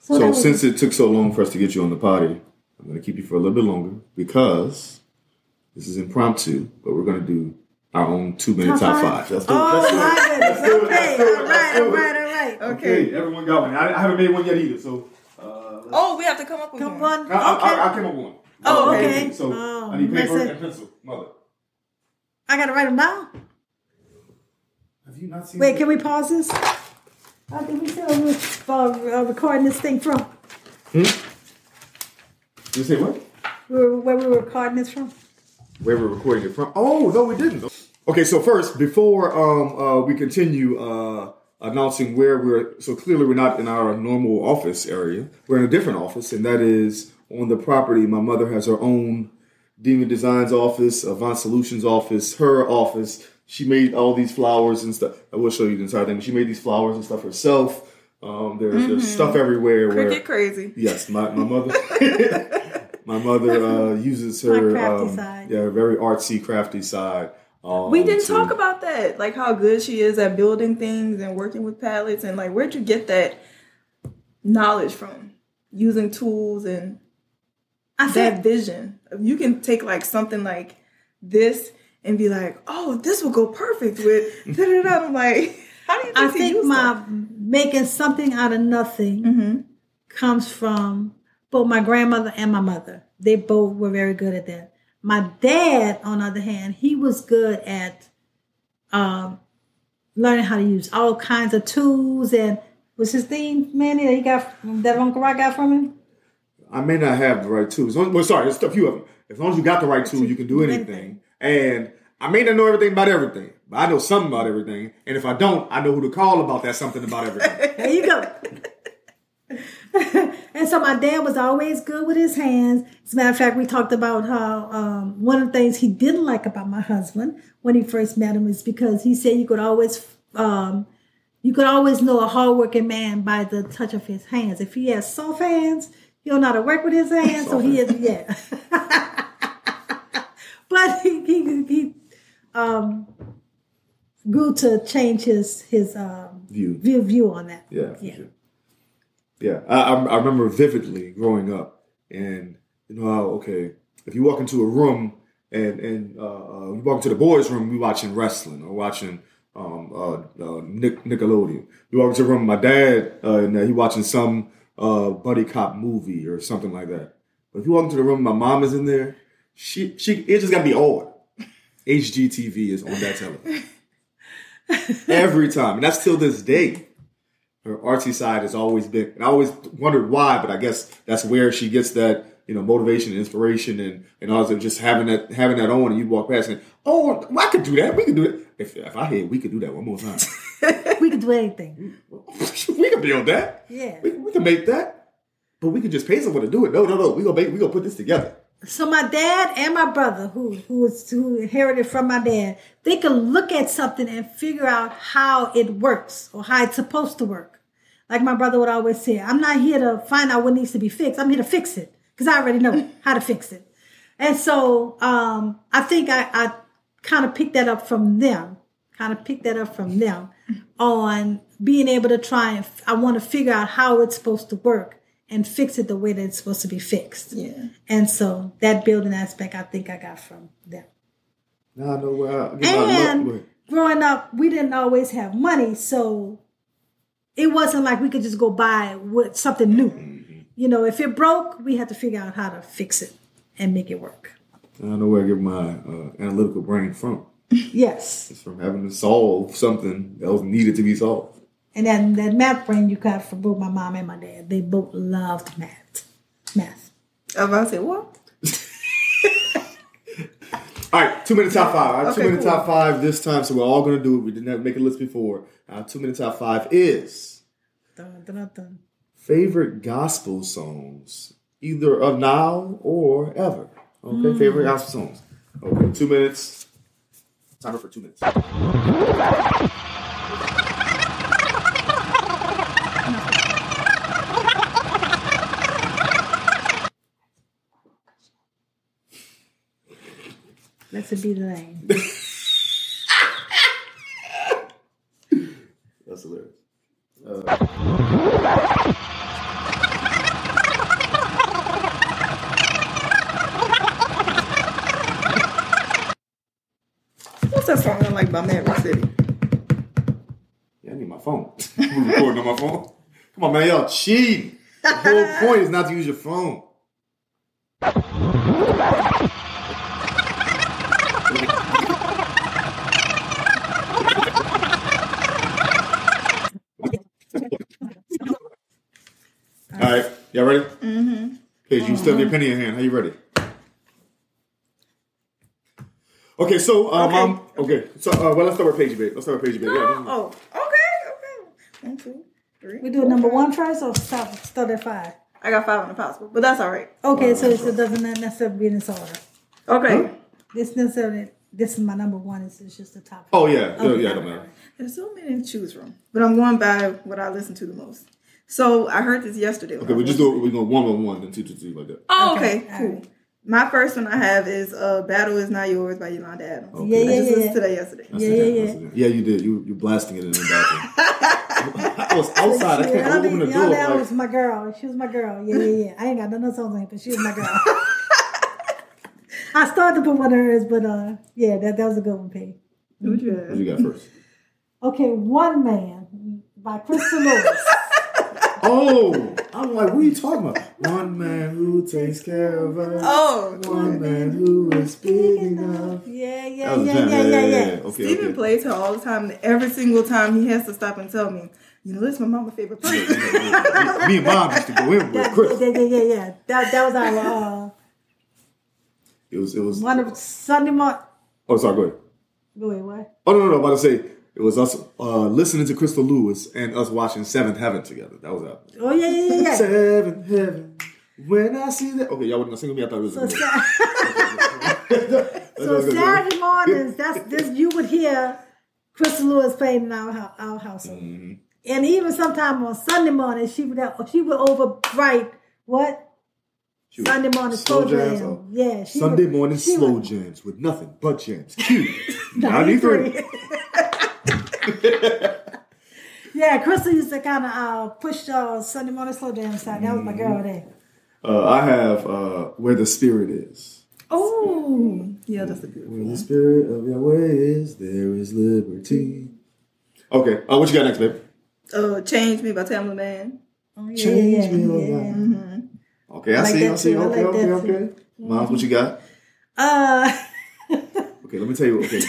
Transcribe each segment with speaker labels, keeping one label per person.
Speaker 1: So, so since it took so long for us to get you on the potty, I'm going to keep you for a little bit longer because this is impromptu, but we're going to do our own two minute
Speaker 2: Top
Speaker 1: top,
Speaker 2: five?
Speaker 1: five. Let's do it.
Speaker 2: Oh
Speaker 1: Let's do it.
Speaker 2: my goodness.
Speaker 1: do it.
Speaker 2: Okay.
Speaker 1: Let's
Speaker 2: All
Speaker 1: do it. Let's
Speaker 2: right. All right.
Speaker 1: do it.
Speaker 2: All right. Okay.
Speaker 3: Okay, everyone got one. I, I haven't made one yet either, so. Uh, let's-
Speaker 4: Oh, we have to come up with
Speaker 2: Come
Speaker 4: one.
Speaker 2: on.
Speaker 3: I, I, I,
Speaker 2: Okay.
Speaker 3: I came up with one.
Speaker 2: Oh, okay.
Speaker 3: So
Speaker 2: Oh,
Speaker 3: I need paper
Speaker 2: that's it.
Speaker 3: and pencil. Mother.
Speaker 2: I gotta write them down.
Speaker 3: Have you not seen
Speaker 2: Wait, can we pause this? How can we tell we're uh, recording this thing from?
Speaker 3: You say what?
Speaker 2: We were- Where we were recording this from?
Speaker 1: Where we're recording it from? Oh no, we didn't. Okay, so first, before um, uh, we continue uh, announcing where we're, so clearly we're not in our normal office area. We're in a different office, and that is on the property. My mother has her own Demon Designs office, Avant Solutions office, her office. She made all these flowers and stuff. I will show you the entire thing. But she made these flowers and stuff herself. Um, there's, there's stuff everywhere. where,
Speaker 4: Cricket crazy.
Speaker 1: Yes, my, my mother. my mother uh, uses her
Speaker 2: My crafty
Speaker 1: um,
Speaker 2: side.
Speaker 1: yeah, her very artsy, crafty side. Um,
Speaker 4: We didn't
Speaker 1: to-
Speaker 4: talk about that, like how good she is at building things and working with pallets, and like where'd you get that knowledge from? Using tools and
Speaker 2: I
Speaker 4: that
Speaker 2: said,
Speaker 4: vision. You can take like something like this and be like, oh, this will go perfect with. da-da-da." I'm like, how do you think
Speaker 2: I
Speaker 4: she
Speaker 2: think
Speaker 4: used Mm-hmm.
Speaker 2: my making something out of nothing comes from both my grandmother and my mother. They both were very good at that. My dad, on the other hand, he was good at um, learning how to use all kinds of tools and was his thing, Manny, that he got from, that Uncle Rock got from him?
Speaker 1: I may not have the right tools. As long- Well, sorry, there's a few of them. As long as you got the right tool, you can do anything. And I may not know everything about everything, but I know something about everything. And if I don't, I know who to call about that something about everything.
Speaker 2: There you go. and so my dad was always good with his hands. As a matter of fact, we talked about how um, one of the things he didn't like about my husband when he first met him is because he said you could always um, you could always know a hardworking man by the touch of his hands. If he has soft hands, he'll know how to work with his hands. so he is yeah. but he he, he um, grew to change his his um,
Speaker 1: View.
Speaker 2: view view on that.
Speaker 1: Yeah, for
Speaker 2: Yeah.
Speaker 1: sure. Yeah, I, I, I remember vividly growing up, and you know how okay, if you walk into a room and and uh, uh, you walk into the boys' room, we watching wrestling or watching um, uh, uh, Nick, Nickelodeon. You walk into the room, my dad uh, and uh, he watching some uh, buddy cop movie or something like that. But if you walk into the room, my mom is in there. She she it just got to be on. HGTV is on that television every time, and that's till this day her artsy side has always been, and I always wondered why, but I guess that's where she gets that, you know, motivation and inspiration and and also just having that having that on, and you walk past and oh, well, I could do that, we could do that. If if I had, we could do that one more time.
Speaker 2: We could do anything.
Speaker 1: we could build that.
Speaker 2: Yeah.
Speaker 1: We, we could make that, but we could just pay someone to do it. No, no, no. We gonna make, we gonna put this together.
Speaker 2: So my dad and my brother, who who was who inherited from my dad, they could look at something and figure out how it works or how it's supposed to work. Like my brother would always say, I'm not here to find out what needs to be fixed. I'm here to fix it because I already know how to fix it. And so um, I think I, I kind of picked that up from them, kind of picked that up from them on being able to try and f- I want to figure out how it's supposed to work and fix it the way that it's supposed to be fixed.
Speaker 4: Yeah.
Speaker 2: And so that building aspect, I think I got from them.
Speaker 1: Now I know where. I, get my look,
Speaker 2: And growing up, we didn't always have money, so it wasn't like we could just go buy what, something
Speaker 1: Mm-hmm.
Speaker 2: new. You know, if it broke, we had to figure out how to fix it and make it work.
Speaker 1: I know where I get my uh, analytical brain from.
Speaker 2: Yes,
Speaker 1: It's from having to solve something that was needed to be solved.
Speaker 2: and that that math brain you got from both my mom and my dad. They both loved math. Math.
Speaker 4: that? I'm about to say, what?
Speaker 1: All right, two minute top five. All right,
Speaker 4: Okay,
Speaker 1: two minute
Speaker 4: cool.
Speaker 1: top five this time, so we're all gonna do it. We didn't have make a list before. Our two minute top five is
Speaker 2: Dun, dun, dun.
Speaker 1: favorite gospel songs, either of now or ever. Okay, favorite
Speaker 4: Hmm.
Speaker 1: gospel songs. Okay, two minutes. Timer for two minutes.
Speaker 2: Let it be the name.
Speaker 1: That's hilarious.
Speaker 4: Week by Maverick City.
Speaker 1: Yeah, I need my phone. I'm recording on my phone. Come on, man, y'all cheating. The whole point is not to use your phone. All right, y'all ready? Mm-hmm. Okay, you still have your penny in hand. Are you ready? Okay, so um,
Speaker 4: Okay.
Speaker 1: um, okay, so uh, well, let's start with Pagey, babe. Let's start with Pagey, babe. Yeah,
Speaker 4: Oh, okay, okay. One, two, three.
Speaker 2: We do number one first or stop, start at five?
Speaker 4: I got five on the possible, but that's all right.
Speaker 2: Okay, so it's- it doesn't necessarily be in this order.
Speaker 4: Okay.
Speaker 2: This necessarily, this is my number one. It's, it's just the top.
Speaker 1: Oh yeah, yeah, yeah, it don't matter.
Speaker 4: There's so many to choose from, but I'm going by what I listen to the most. So I heard this yesterday. when
Speaker 1: Okay,
Speaker 4: I
Speaker 1: we
Speaker 4: was
Speaker 1: just do it. We go one on one, then two, two, two, like that.
Speaker 4: Oh, okay,
Speaker 2: Okay,
Speaker 4: cool.
Speaker 2: alright.
Speaker 4: My first one I have is uh, "Battle Is Not Yours" by Yolanda Adams.
Speaker 1: Okay.
Speaker 2: Yeah,
Speaker 4: I
Speaker 2: yeah,
Speaker 4: just
Speaker 2: yeah.
Speaker 4: listened to that yesterday.
Speaker 1: Oh. That's
Speaker 2: Yeah,
Speaker 1: it,
Speaker 2: yeah,
Speaker 1: that's it. Yeah, you did. You you blasting it in the bathroom. I was outside. I
Speaker 2: Yeah, I
Speaker 1: can't
Speaker 2: mean,
Speaker 1: open the door.
Speaker 2: Yolanda
Speaker 1: like-
Speaker 2: was my girl. She was my girl. Yeah, yeah, yeah. I ain't got no other songs on it, but she was my girl. I started to put one of hers, but uh, yeah, that, that was a good one, P.
Speaker 4: What you
Speaker 1: what
Speaker 4: have?
Speaker 1: you got first?
Speaker 2: Okay, One Man by Crystal Lewis.
Speaker 1: Oh, I'm like, what are you talking about? One man who takes care of us.
Speaker 4: Oh,
Speaker 1: One man who is big enough.
Speaker 2: Yeah, yeah,
Speaker 1: That was a
Speaker 2: yeah,
Speaker 1: jam.
Speaker 2: yeah, yeah, yeah.
Speaker 1: Okay,
Speaker 4: Steven
Speaker 1: okay.
Speaker 4: plays her all the time, and every single time he has to stop and tell me, you know, that's my mama's favorite person.
Speaker 1: Me and mom used to go in with
Speaker 2: That,
Speaker 1: Chris.
Speaker 2: yeah, yeah, yeah, yeah. That, that was our uh,
Speaker 1: It was it was.
Speaker 2: one of Sunday morning.
Speaker 1: Oh, sorry. Go ahead.
Speaker 2: Go ahead, what?
Speaker 1: Oh no no no! I'm about to say it was us uh, listening to Crystal Lewis and us watching Seventh Heaven together. That was that.
Speaker 2: Oh yeah, yeah, yeah, yeah.
Speaker 1: Seventh Heaven. When I see that. Okay, y'all wouldn't sing with me. I thought it was. a
Speaker 2: So,
Speaker 1: movie.
Speaker 2: Sa- so Saturday mornings, that's this you would hear Crystal Lewis playing in our hou- our household,
Speaker 1: Mm-hmm.
Speaker 2: and even sometime on Sunday morning she would have, she would overwrite what Sunday morning slow, jam.
Speaker 1: oh.
Speaker 2: Yeah, she
Speaker 1: Sunday
Speaker 2: would-
Speaker 1: morning
Speaker 2: she
Speaker 1: slow
Speaker 2: would-
Speaker 1: jams with nothing but jams. Q. 93.
Speaker 2: yeah, Crystal used to kind of uh, push uh, Sunday morning slow jam side. That was my girl there.
Speaker 1: Uh, I have uh, Where the Spirit Is.
Speaker 4: oh, yeah, that's a good one.
Speaker 1: Where the Spirit of Yahweh is, there is liberty. Okay, uh, what you got next, babe?
Speaker 4: Uh, "Change Me" by Tamla Man.
Speaker 2: Oh, yeah,
Speaker 1: Change
Speaker 2: yeah,
Speaker 1: me, oh
Speaker 2: yeah,
Speaker 1: God.
Speaker 2: yeah.
Speaker 1: Okay, I,
Speaker 2: like
Speaker 1: see, I
Speaker 2: that
Speaker 1: see.
Speaker 2: too, I
Speaker 1: Okay,
Speaker 2: like that
Speaker 1: okay,
Speaker 2: too.
Speaker 1: okay. Mom, what you got?
Speaker 2: Uh,
Speaker 1: Okay, let me tell you. Okay,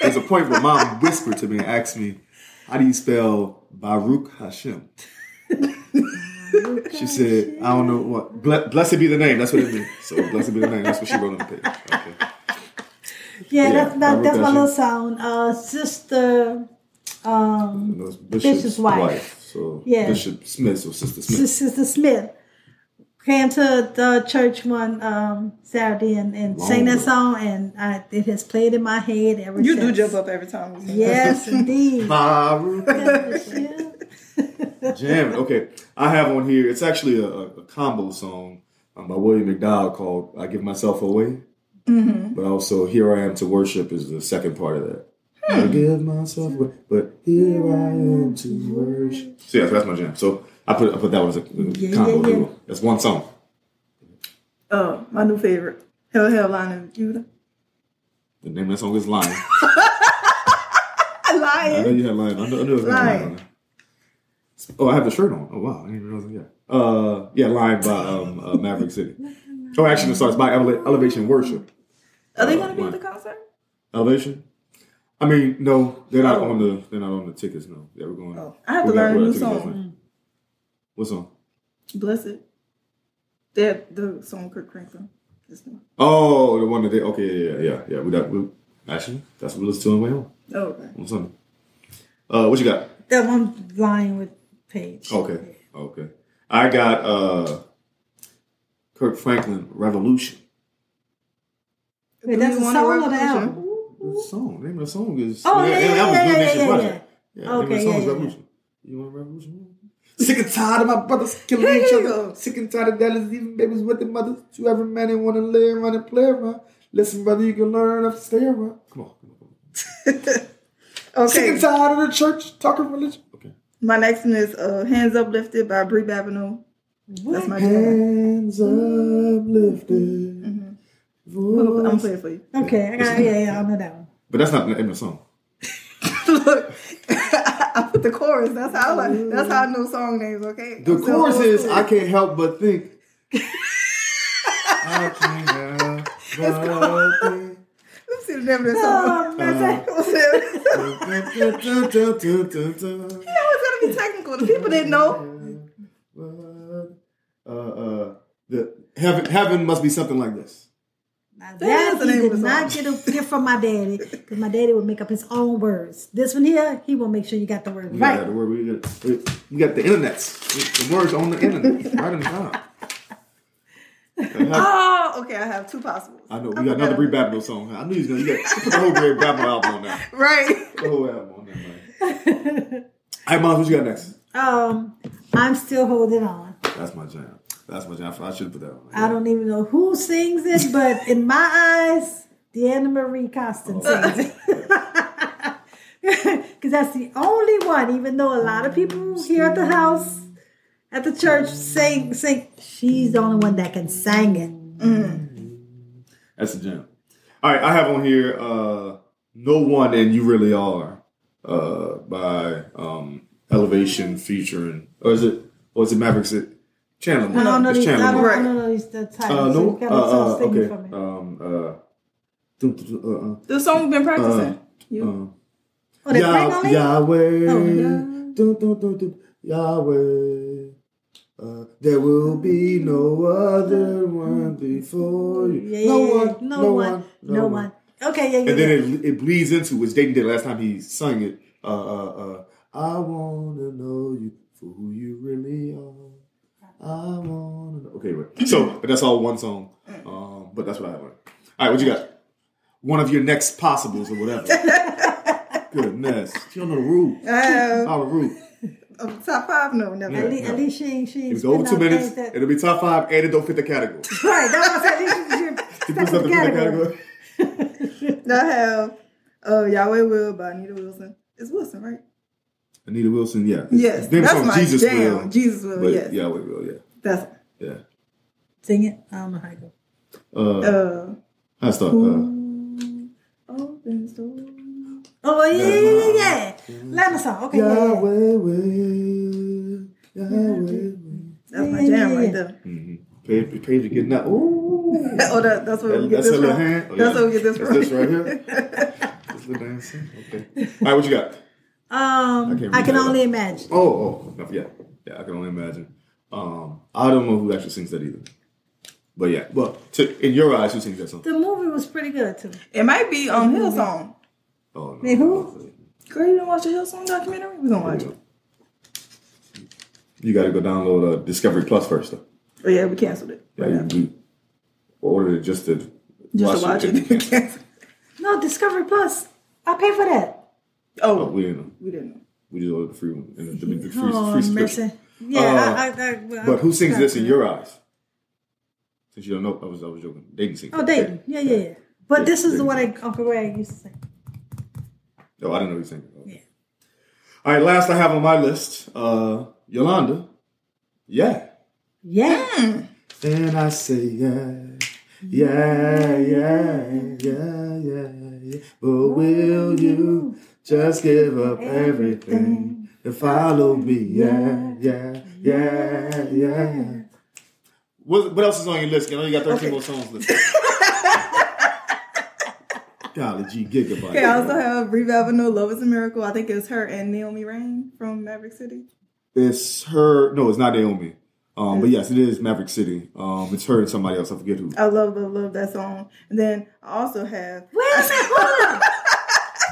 Speaker 1: there's a point where mom whispered to me and asked me, "How do you spell Baruch Hashem?" she said, "I don't know what. Ble- blessed be the name. That's what it means. So blessed be the name. That's what she wrote on the page. Okay.
Speaker 2: yeah,
Speaker 1: Yeah,
Speaker 2: that's that,
Speaker 1: I
Speaker 2: that's my
Speaker 1: got you.
Speaker 2: little sound. Uh, sister, um,
Speaker 1: And it was Bishop's,
Speaker 2: Bishop's wife.
Speaker 1: wife. So
Speaker 2: Yeah.
Speaker 1: Bishop Smith or Sister Smith.
Speaker 2: Sis- sister Smith came to the church one um Saturday and, and
Speaker 1: Long
Speaker 2: sang that
Speaker 1: ago.
Speaker 2: song, and I, it has played in my head ever
Speaker 4: You
Speaker 2: since.
Speaker 4: do jump up every time. we sing.
Speaker 2: Yes, indeed.
Speaker 1: Baruch.
Speaker 2: Yeah.
Speaker 1: Jam. Okay, I have one here. It's actually a, a, a combo song um, by William McDowell called "I Give Myself Away,"
Speaker 2: Mm-hmm.
Speaker 1: but also "Here I Am to Worship" is the second part of that.
Speaker 2: Hmm.
Speaker 1: I give myself away, but here I am to worship. So yeah, so that's my jam. So I put I put that one as a a
Speaker 2: Yeah,
Speaker 1: combo.
Speaker 2: yeah, yeah.
Speaker 1: That's one song.
Speaker 4: Uh, my new favorite, "Hell Hell Line of Judah."
Speaker 1: The name of that song is "Lion."
Speaker 4: I
Speaker 1: I
Speaker 4: lied.
Speaker 1: know you had "Lion." I know, I know it was "Lion."
Speaker 4: Lion.
Speaker 1: Oh, I have the shirt on. Oh wow, I didn't realize. it. Yeah, uh, yeah, "Lion" by um, uh, Maverick City. Oh, actually, no, sorry, it's by Ele- Elevation Worship.
Speaker 4: Are they gonna be
Speaker 1: Why?
Speaker 4: at the concert?
Speaker 1: Elevation. I mean, no, they're not
Speaker 4: Oh.
Speaker 1: on the they're not on the tickets. No, yeah, we're going.
Speaker 4: Oh, I have to
Speaker 1: we got-
Speaker 4: learn a
Speaker 1: we got
Speaker 4: new
Speaker 1: tickets last
Speaker 4: song.
Speaker 1: night. What song?
Speaker 4: Blessed. They had the song Kirk Franklin. This one.
Speaker 1: Oh, the one that they. Okay, yeah, yeah, yeah, yeah. We got. We, actually, that's what we listened to on the way home
Speaker 4: Oh, okay.
Speaker 1: on Sunday. Uh, what you got?
Speaker 2: that one line with Paige.
Speaker 1: Okay, okay. I got uh, Kirk Franklin "Revolution."
Speaker 2: Wait, that's a
Speaker 4: Do we want to
Speaker 2: song or the
Speaker 4: revolution?
Speaker 2: album?
Speaker 1: The song. The name of the song is.
Speaker 2: Oh,
Speaker 1: the
Speaker 2: yeah,
Speaker 1: name of the
Speaker 2: yeah,
Speaker 1: album is
Speaker 2: yeah,
Speaker 1: Blue
Speaker 2: yeah,
Speaker 1: Nation
Speaker 2: yeah,
Speaker 1: Project. Yeah, the name of
Speaker 2: Okay,
Speaker 1: the song
Speaker 2: yeah,
Speaker 1: is
Speaker 2: yeah,
Speaker 1: Revolution. You want revolution? Sick and tired of my brothers killing
Speaker 4: Here
Speaker 1: each
Speaker 4: you
Speaker 1: other.
Speaker 4: go.
Speaker 1: Sick and tired of Dallas, even babies with their mothers. To every man they want to lay around and play around. Listen, brother, you can learn enough to stay around. Come on. Come on. come on. Sick
Speaker 4: Okay.
Speaker 1: and tired of the church talking religion. Okay.
Speaker 4: My next one is uh, Hands Uplifted by Brie Babineau. That's my jam.
Speaker 1: Hands
Speaker 2: Mm-hmm.
Speaker 1: uplifted.
Speaker 4: I'm gonna- I'm gonna play it for you.
Speaker 2: Okay, I got, yeah, yeah, I know that one.
Speaker 1: But that's not the end of the song.
Speaker 4: Look, I put the chorus. That's how I like. That's how I know song names. Okay.
Speaker 1: The
Speaker 4: I'm still
Speaker 1: chorus
Speaker 4: old
Speaker 1: is
Speaker 4: school.
Speaker 1: I can't help but think. I can't help but think.
Speaker 4: Let's see the name of that song.
Speaker 2: Oh, man.
Speaker 4: What's it?
Speaker 1: Dun, dun, dun, dun, dun, dun, dun, dun.
Speaker 4: I was gonna be technical. The people didn't know.
Speaker 1: Uh, uh, the heaven, heaven must be something like this.
Speaker 2: Now
Speaker 4: That
Speaker 2: that
Speaker 4: is the
Speaker 2: he
Speaker 4: name of
Speaker 2: did
Speaker 4: the
Speaker 2: not get a gift from my daddy because my daddy would make up his own words. This one here, he will make sure you got the word
Speaker 1: We
Speaker 2: right.
Speaker 1: got the word. We got, we- we got the internets. The words on the internet, right in the top.
Speaker 4: Oh, okay. I have two possibles.
Speaker 1: I know we got
Speaker 4: I
Speaker 1: another
Speaker 4: forgot.
Speaker 1: Brie Babino song. I knew he was gonna. You got put the whole Brie Babino album on there.
Speaker 4: Right.
Speaker 1: The whole album on there, man. All right, Mom, what you got next?
Speaker 2: Um, I'm still holding on.
Speaker 1: That's my jam. That's my jam. I should put that on.
Speaker 2: I don't even know who sings it, but in my eyes, Deanna Marie
Speaker 1: Oh.
Speaker 2: Constant sings it. Because that's the only one, even though a lot of people
Speaker 1: Oh,
Speaker 2: here at the house, at the church, sing, sing. She's the only one that can sing it.
Speaker 1: That's a jam. All right, I have on here uh No One and You Really Are uh by um Elevation featuring or is it or is it Mavericks it Chandler Moore.
Speaker 2: I don't know
Speaker 1: It's
Speaker 2: these, I
Speaker 1: Chandler
Speaker 2: don't,
Speaker 1: Moore.
Speaker 2: I don't know these the
Speaker 1: Uh
Speaker 2: titles.
Speaker 1: no
Speaker 2: You gotta
Speaker 1: uh, uh,
Speaker 2: sing
Speaker 1: okay.
Speaker 2: for me.
Speaker 1: Um uh doo- doo- doo-
Speaker 4: The song we've been practicing.
Speaker 1: uh,
Speaker 4: You.
Speaker 1: uh,
Speaker 2: Oh, they bring on
Speaker 1: Yah-
Speaker 2: it?
Speaker 1: Yahweh.
Speaker 2: Oh,
Speaker 1: Dun, dun, dun, dun. Yahweh. Uh, there will be no other one before you.
Speaker 2: Yeah,
Speaker 1: no,
Speaker 2: yeah, yeah.
Speaker 1: one,
Speaker 2: no, one, no one. Okay, yeah, yeah.
Speaker 1: And then
Speaker 2: yeah.
Speaker 1: it, it bleeds into which Dayton did last time he sung it. Uh, uh, uh, I wanna know you for who you really are. I wanna know. Okay, wait. So, but that's all one song. Um, but that's what I have. on it. All right, what you got? One of your next possibles or whatever. Goodness, she don't know the rule.
Speaker 4: Uh,
Speaker 1: Our rule.
Speaker 4: oh, top five? No, never.
Speaker 2: at, least, at least she ain't, she ain't
Speaker 1: It's over
Speaker 2: spitting
Speaker 1: two
Speaker 2: out
Speaker 1: minutes.
Speaker 2: things that-
Speaker 1: It'll be top five, and it don't fit the category.
Speaker 2: Right, that's what I said. This is
Speaker 1: She
Speaker 2: your
Speaker 1: puts up
Speaker 2: second
Speaker 1: the category.
Speaker 2: category.
Speaker 4: I have uh, Yahweh Will by Anita Wilson. It's Wilson, right?
Speaker 1: Anita Wilson, yeah.
Speaker 4: Yes.
Speaker 1: Them
Speaker 4: that's
Speaker 1: songs,
Speaker 4: my
Speaker 1: Jesus
Speaker 4: jam.
Speaker 1: will.
Speaker 4: Jesus Will,
Speaker 1: But,
Speaker 4: yes.
Speaker 1: Yeah, we will. Yeah,
Speaker 4: That's
Speaker 1: yeah.
Speaker 2: Sing it. I don't know how to go.
Speaker 1: Uh,
Speaker 4: uh,
Speaker 1: I start. Uh,
Speaker 4: Who opens doors?
Speaker 2: Oh, yeah, yeah, yeah, yeah. Lana song. Okay, yeah, yeah.
Speaker 1: Yahweh, will, Yahweh. will.
Speaker 4: That's
Speaker 2: Yeah,
Speaker 4: my
Speaker 2: yeah,
Speaker 4: jam
Speaker 2: yeah,
Speaker 4: right
Speaker 2: yeah.
Speaker 4: there.
Speaker 1: Mhm. Page, page, getting that. Ooh.
Speaker 4: oh, that, that's where we get
Speaker 1: That's
Speaker 4: this
Speaker 1: her little
Speaker 4: from.
Speaker 1: hand. Oh,
Speaker 4: That's
Speaker 1: yeah.
Speaker 4: where we get this
Speaker 1: That's
Speaker 4: from.
Speaker 1: this right here. This little dancing. Okay. All right, what you got? I can't
Speaker 2: Um, I,
Speaker 1: read
Speaker 2: can
Speaker 1: that.
Speaker 2: only imagine.
Speaker 1: Oh, oh, yeah, yeah. I can only imagine. Um, I don't know who actually sings that either. But yeah, well, to, in your eyes, who sings that song?
Speaker 2: The movie was pretty good too.
Speaker 4: It might be um Hillsong.
Speaker 1: Oh, no,
Speaker 2: Man, who?
Speaker 4: Girl, you didn't watch the Hillsong documentary? We're gonna watch it.
Speaker 1: You got to go download uh, Discovery Plus first, though.
Speaker 4: Oh yeah, we canceled it.
Speaker 1: Yeah, you, you ordered it just to
Speaker 4: Just to watch
Speaker 1: and
Speaker 4: it.
Speaker 1: you
Speaker 4: We
Speaker 1: can't.
Speaker 4: canceled it.
Speaker 2: No, Discovery Plus. I pay for that.
Speaker 1: Oh,
Speaker 4: Oh,
Speaker 1: we didn't. know.
Speaker 4: we didn't know.
Speaker 1: We just ordered the free one and the, the, the free,
Speaker 2: Oh,
Speaker 1: free
Speaker 2: mercy.
Speaker 1: subscription.
Speaker 2: Yeah,
Speaker 1: Uh,
Speaker 2: I, I, I, well,
Speaker 1: But who sings
Speaker 2: I-
Speaker 1: this in your eyes? Since you don't know, I was I was joking. They can sing.
Speaker 2: Oh, Dayton. Yeah, yeah, yeah. But
Speaker 1: Yeah,
Speaker 2: this is the
Speaker 1: Dayton.
Speaker 2: one that Uncle Greg used to sing.
Speaker 1: Oh, I didn't know he was singing. Okay.
Speaker 2: Yeah.
Speaker 1: All right, last I have on my list, uh, Yolanda. Yeah.
Speaker 2: Yeah.
Speaker 1: Mm. And I say yeah, yeah, yeah, yeah, yeah, yeah. But will you just give up everything and follow me? Yeah, yeah, yeah, yeah. What, what else is on your list? I know you got 13 more songs listed. Golly G gigabyte.
Speaker 4: Okay, I also have Brie Valvano, Love is a Miracle. I think it's her and Naomi Rain from Maverick City.
Speaker 1: It's her. No, it's not Naomi. Um, but yes, it is Maverick City. Um, it's her and somebody else. I forget who.
Speaker 4: I love, love, love that song. And then I also have
Speaker 2: Wait a minute. Hold up.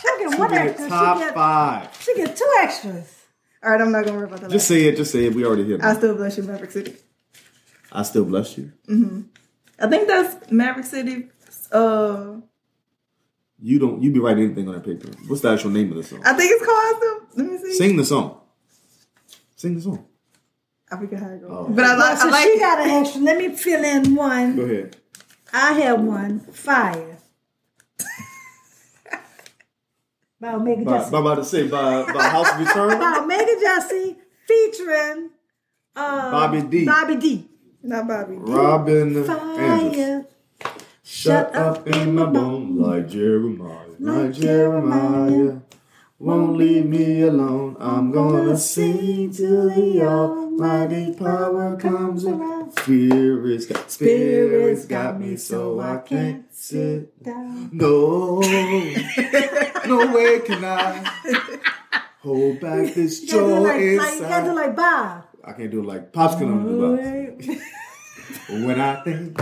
Speaker 2: She'll get one extra.
Speaker 1: top
Speaker 2: She get,
Speaker 1: five.
Speaker 2: she get two extras.
Speaker 4: all right, I'm not gonna worry about that.
Speaker 1: Just say it. Just say it. We already hear.
Speaker 4: I
Speaker 1: it.
Speaker 4: still bless you, Maverick City.
Speaker 1: I still bless you.
Speaker 4: I think that's Maverick City. Uh,
Speaker 1: You don't. You be writing anything on that paper. What's the actual name of the song?
Speaker 4: I think it's called. Some, let me see.
Speaker 1: Sing the song. Sing the song.
Speaker 4: I forget how it goes,
Speaker 1: Oh.
Speaker 4: but I like.
Speaker 2: So
Speaker 4: I like
Speaker 2: she got an extra. Let me fill in one.
Speaker 1: Go ahead.
Speaker 2: I had one fire. by Omega
Speaker 1: By,
Speaker 2: Jesse.
Speaker 1: I'm about to say by, by House of Return.
Speaker 2: By Omega Jesse featuring uh,
Speaker 1: Bobby D.
Speaker 2: Bobby D.
Speaker 4: not Bobby.
Speaker 1: Robin Andrews.
Speaker 2: Fire.
Speaker 1: Shut up in my bone like Jeremiah, like Jeremiah. won't leave me alone. I'm gonna sing till the almighty power comes around. Spirit's got, spirit's got me, so I can't sit.
Speaker 2: down.
Speaker 1: No, no way can I hold back this
Speaker 2: You gotta do
Speaker 1: joy
Speaker 2: like, like, you gotta do
Speaker 1: inside.
Speaker 2: like Bob.
Speaker 1: I can't do it like Pop's gonna do it. When I think.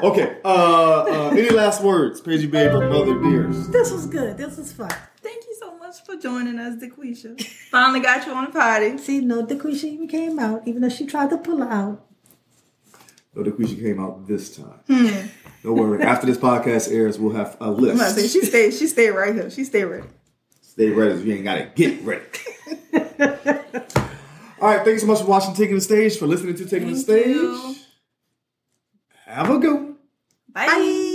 Speaker 1: Okay, uh, uh, any last words, Pagey Babe or Mother Dears?
Speaker 2: This was good. This was fun.
Speaker 4: Thank you so much for joining us, DeQuisha. Finally got you on the potty.
Speaker 2: See, no Daquisha even came out, even though she tried to pull her out.
Speaker 1: No, the Quisha came out this time.
Speaker 2: Hmm.
Speaker 1: Don't worry. After this podcast airs, we'll have a
Speaker 4: I'm about to say
Speaker 1: list.
Speaker 4: she stayed. She stayed right here. She stayed ready.
Speaker 1: Stay ready. You ain't got to get ready. All right. Thank you so much for watching Taking the Stage, for listening to Taking the
Speaker 4: Thank
Speaker 1: Stage.
Speaker 4: you.
Speaker 1: Have a good one.
Speaker 4: Bye.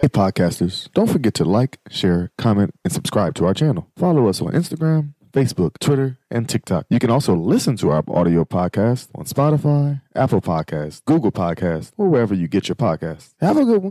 Speaker 5: Hey, podcasters, don't forget to like, share, comment, and subscribe to our channel. Follow us on Instagram, Facebook, Twitter, and TikTok. You can also listen to our audio podcast on Spotify, Apple Podcasts, Google Podcasts, or wherever you get your podcasts. Have a good one.